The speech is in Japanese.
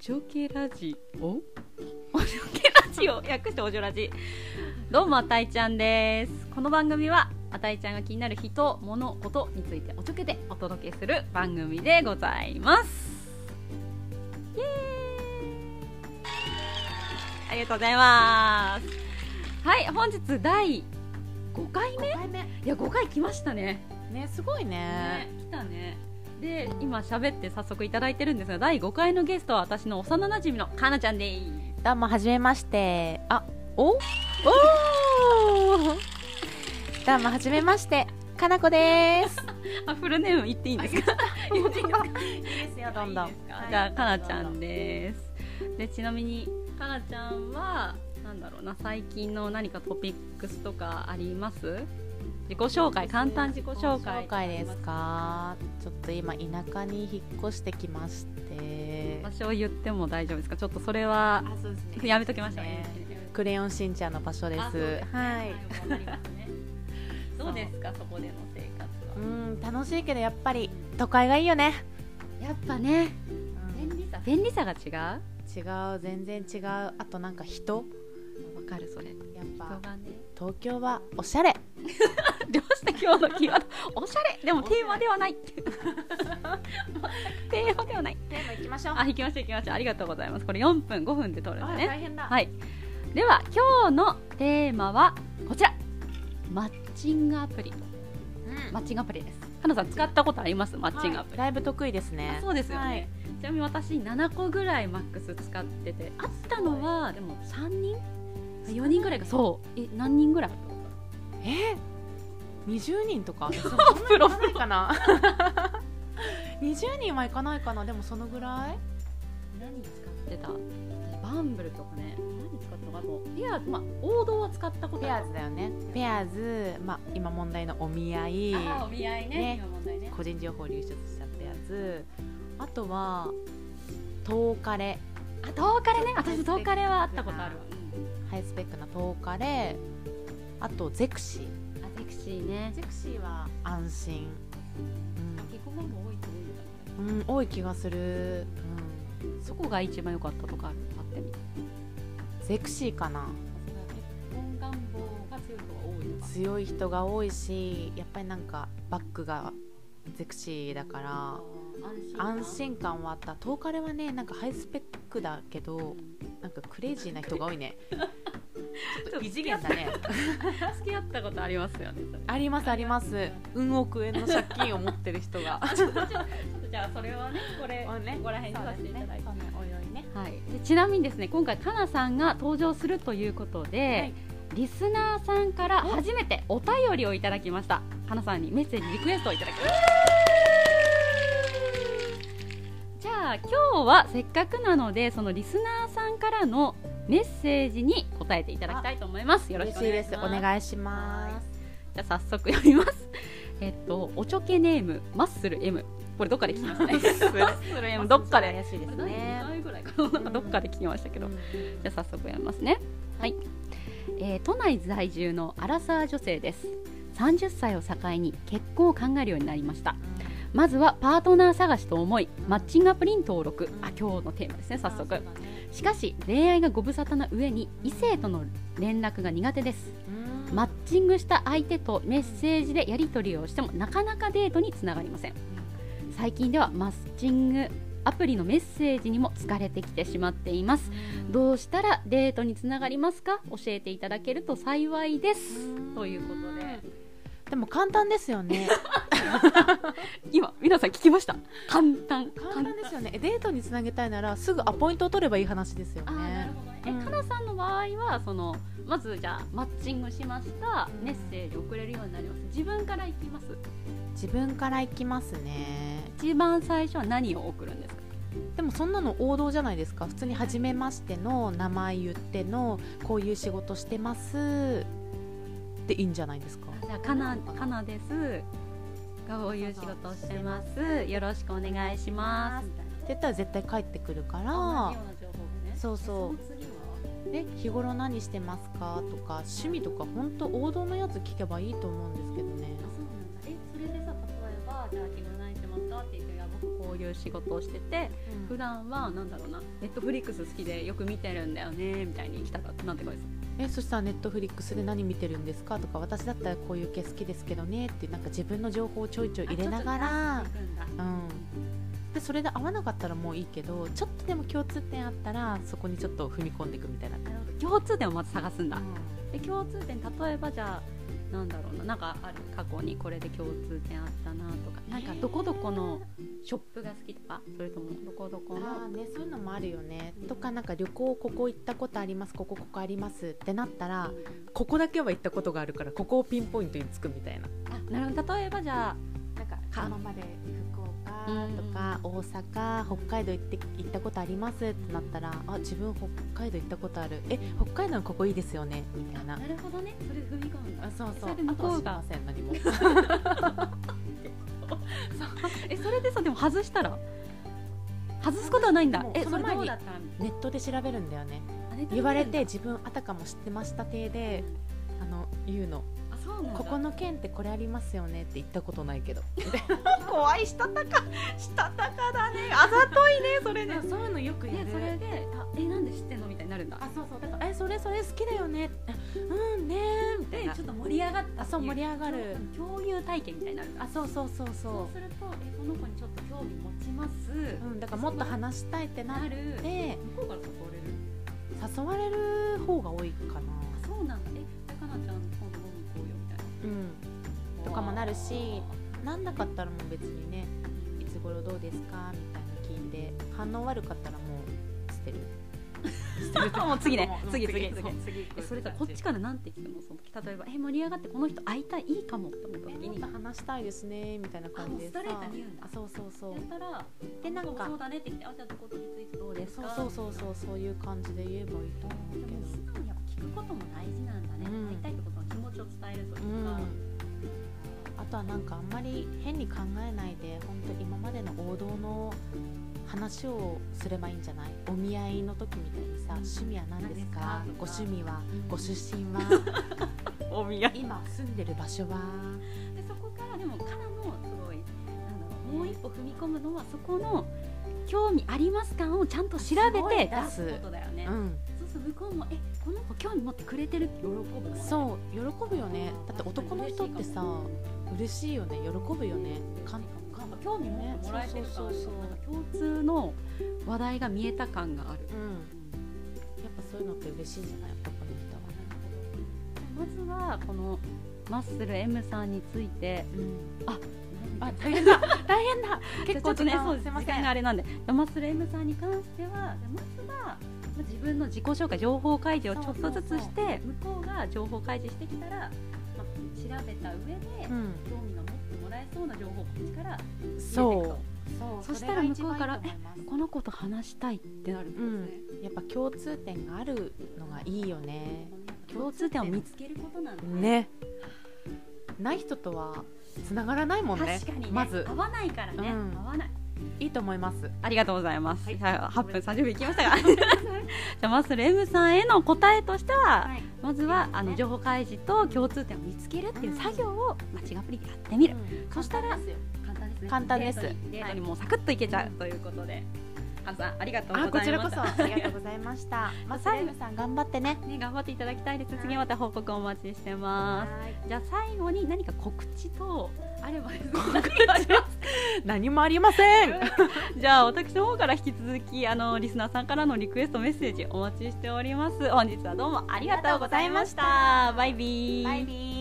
情景ラジオおじょけラジオ略しておじょラジどうもあたいちゃんですこの番組はあたいちゃんが気になる人物ことについておちょけでお届けする番組でございますイエーイありがとうございますはい本日第5回目い5回目や5回来ましたねねすごいねね、来たねで今喋って早速いただいてるんですが第5回のゲストは私の幼なじみのかなちゃんですどうもはじめましてあお おーどうもはじめましてかなこですあフルネーム言っていいんですか言 っていいんですかいいですよどんどんじゃあかなちゃんですでちなみにかなちゃんはなんだろうな最近の何かトピックスとかあります自己紹介簡単自己紹介紹介ですかちょっと今田舎に引っ越してきまして場所を言っても大丈夫ですかちょっとそれはそうですやめときましょうねねクレヨンしんちゃんの場所であそうすねはいわかりますねどうですかそこでの生う活はん楽しいけどやっぱり都会がいいよね、やっぱねうん便利さ便利さが違う違う全然違うあとなんか人わかるそれやっぱがね 東京はおしゃれ出ました今日のキーワード おしゃれでもテーマで はない全くテーマではないテーマ行きましょあ行きましょう行きましょうありがとうございますこれ4分5分で撮るんだね変だはいでは今日のテーマはこちらマッチングアプリマッチングアプリですかなさん使ったことありますマッチングアプリ、だいぶ得意ですねあそうですよね、はいちなみに私7個ぐらいマックス使っててあったのはでも3人4人ぐらいがそうえ何人ぐらいえ二20人とか プロそんなに行かないかな20人は行かないかなでもそのぐらい何使ってたバンブルとかね何使ったのかなもうペアーズまあ王道は使ったことペあアるーズだよねペアーズ、まあ、今問題のお見合いああお見合いねね今問題ね個人情報流出しちゃったやつあとは10日レあ東カレね私東カレはあったことあるわ、ハイスペックな10日レあとゼクシーうん、あセクシーねゼクシーは安心、結婚願望多いと思うんだうんうん、多い気がする、そこが一番良かったとかあるあってみてうん、ゼクシーかな結婚願望が強い人が多いと強い人が多いしやっぱりなんかバックがゼクシーだから安安心感はあった10日レはねなんかハイスペックだけどなんかクレイジーな人が多 いねちょっと異次元だね付き合ったことありますよねそれありますあります運億円の借金を持ってる 人が ちょっとじゃあそれはねこれあねここら辺にさせていただいて、そうねおいおいねはい、でちなみにですね今回かなさんが登場するということで、はいリスナーさんから初めてお便りをいただきましたかなさんにメッセージリクエストをいただきましたじゃあ今日はせっかくなのでそのリスナーさんからのメッセージに答えていただきたいと思いますよろし嬉くおしい願いでしすますお願いしますじゃあ早速読みます。 えっと、おちょけネーム、マッスル M。これどっかで聞きましたね。マ ッスル M、どっかで。怪しいです第ね2回ぐらいかな、なんかどっかで聞きましたけど。じゃあ早速読みますね。はい。えー都内在住のアラサー女性です。30歳を境に結婚を考えるようになりました。まずはパートナー探しと思い、マッチングアプリに登録。あ、今日のテーマですね、早速。しかし、恋愛がご無沙汰な上に、異性との連絡が苦手です。マッチングした相手とメッセージでやり取りをしてもなかなかデートにつながりません最近ではマッチングアプリのメッセージにも疲れてきてしまっていますどうしたらデートにつながりますか教えていただけると幸いですということででも簡単ですよね今皆さん聞きました簡単簡単ですよねえデートにつなげたいならすぐアポイントを取ればいい話ですよあーなるねほどねえ、うんかなさんの場合はそのまずじゃあマッチングしましたメッセージ送れるようになります自分から行きます自分から行きますね一番最初は何を送るんですかでもそんなの王道じゃないですか普通に初めましての名前言ってのこういう仕事してますっていいんじゃないですかじゃあかなかなです。こういう仕事をしてます。よろしくお願いします。って言ったら絶対帰ってくるかあらそうそうう。で日頃何してますかとか趣味とか本当王道のやつ聞けばいいと思うんですけどねあそうなんだえそれでさ例えばじゃあ日頃何してますかって言っていや僕こういういう仕事をしてて普段はなんだろうなネットフリックス好きでよく見てるんだよねみたいに行きたかったなんてことですえそしたらネットフリックスで何見てるんですかとか私だったらこういう系好きですけどねってなんか自分の情報をちょいちょい入れながらあちょっと出していくんだうん、でそれで合わなかったらもういいけどちょっとでも共通点あったらそこにちょっと踏み込んでいくみたいな感なるほど共通点をまず探すんじだ、で共通点例えばじゃあなんだろうななんかある過去にこれで共通点あったなとかなんかどこどこのショップが好きとかそれともどこどこあのーね、そういうのもあるよねとかなんか旅行ここ行ったことありますここここありますってなったらここだけは行ったことがあるからここをピンポイントにつくみたいなあなるほど例えばじゃあなんかか今まで福岡とか大阪北海道行って行ったことありますってなったらあ自分北海道行ったことあるえ北海道のここいいですよねみたいななるほどねそれで踏み込んだあそうそそれうで向こうあがとは知りません何 もえそれでさでも外したら外すことはないんだもうえそそのれ前どうにだったみたいネットで調べるんだよねなあネットで見るんだ言われて自分あたかも知ってました体であの言うのあそうなんだここの県ってこれありますよねって言ったことないけど怖いしたたかしたたかだねあざといねそれねそういうのよくねそれであえなんで知ってんのみたいになるんだあそうそうだからえそれそれ好きだよねあうんねーみたいでなちょっと盛り上がったあそう盛り上がる共有体験みたいになるんだあそうそうそうそうそうするとえこの子にちょっと興味持ちます、うん、だからもっと話したいってななっるて向こうから誘われる誘われる方が多いかな、あそうなんだえかなちゃん今度飲み行こうよみたいうん、なとかもなるしなんなかったらもう別にねいつ頃どうですかみたいな聞いて反応悪かったらもう捨てる捨てる もう次ね もう次次もう次次えそれさこっちかからなんて聞くのその時例えばえ盛り上がってこの人会いたいいいかもって思った時もっにと話したいですねみたいな感じでさあもうストレートに言うんだあそうそうそうやったらでなんそうそうかだねって言ってあじゃあどこどこいついつどうですそうかそうそうそうそういう感じで言えばいいと思うでけもど素直にやっぱ聞くことも大事なんだね、うん会いたいってことの気持ちを伝えるといううか、ん、あとはなんかあんまり変に考えないで本当今までの王道の話をすればいいんじゃないお見合いの時みたいにさ趣味は何ですか何ですかご趣味はうんご出身 はお見合今住んでる場所はでそこからでもからもすごいなんだろうもう一歩踏み込むのはそこの興味あります感をちゃんと調べすごてい出出すすことだよね、うんそうすると向こうもえこの子興味持ってくれてるって喜ぶもんねそう喜ぶよねだって男の人ってさ嬉しいよね喜ぶよねかんかんなんか興味持ってもらえてるから、そうそうそうなんか共通の話題が見えた感がある、うんやっぱそういうのって嬉しいんじゃない男の人はまずはこのマッスル M さんについてあ大 変だ大変だ結構じゃあちょっとね時間そうすいま時せん間があれなんでマッスル M さんに関してはじゃあまずはまあ自分の自己紹介情報開示をちょっとずつして向こうが情報開示してきたら、まあ、調べた上で、うん興味が持ってもらえそうな情報をこっちから入れていくそとうそしたら向こうからそれが一番いいと思いますこの子と話したいってなるんですうね、んやっぱ共通点があるのがいいよね共通点を見つけることなんだねない人とはつながらないもんね確かにね、まず合わないからね、うん合わないいいと思いますありがとうございます。はいさあ8分30秒いきましたが、 じゃあまずレムさんへの答えとしては、はいまずはあのね情報開示と共通点を見つけるっていう作業をマッチングアプリでやってみる。そしたら簡単ですね簡単ですデートにデートにもうサクッといけちゃううんということで、ハンさんありがとうあごこざちいらまこすそ。ありがとうございましたまあサイムさん頑張ってねね頑張っていただきたいです。はい次また報告お待ちしてます。じゃあ最後に何か告知とあれば告知何もありません じゃあ私の方から引き続きあのリスナーさんからのリクエストメッセージお待ちしております本日はどうもありがとうございましたバイビーバイビー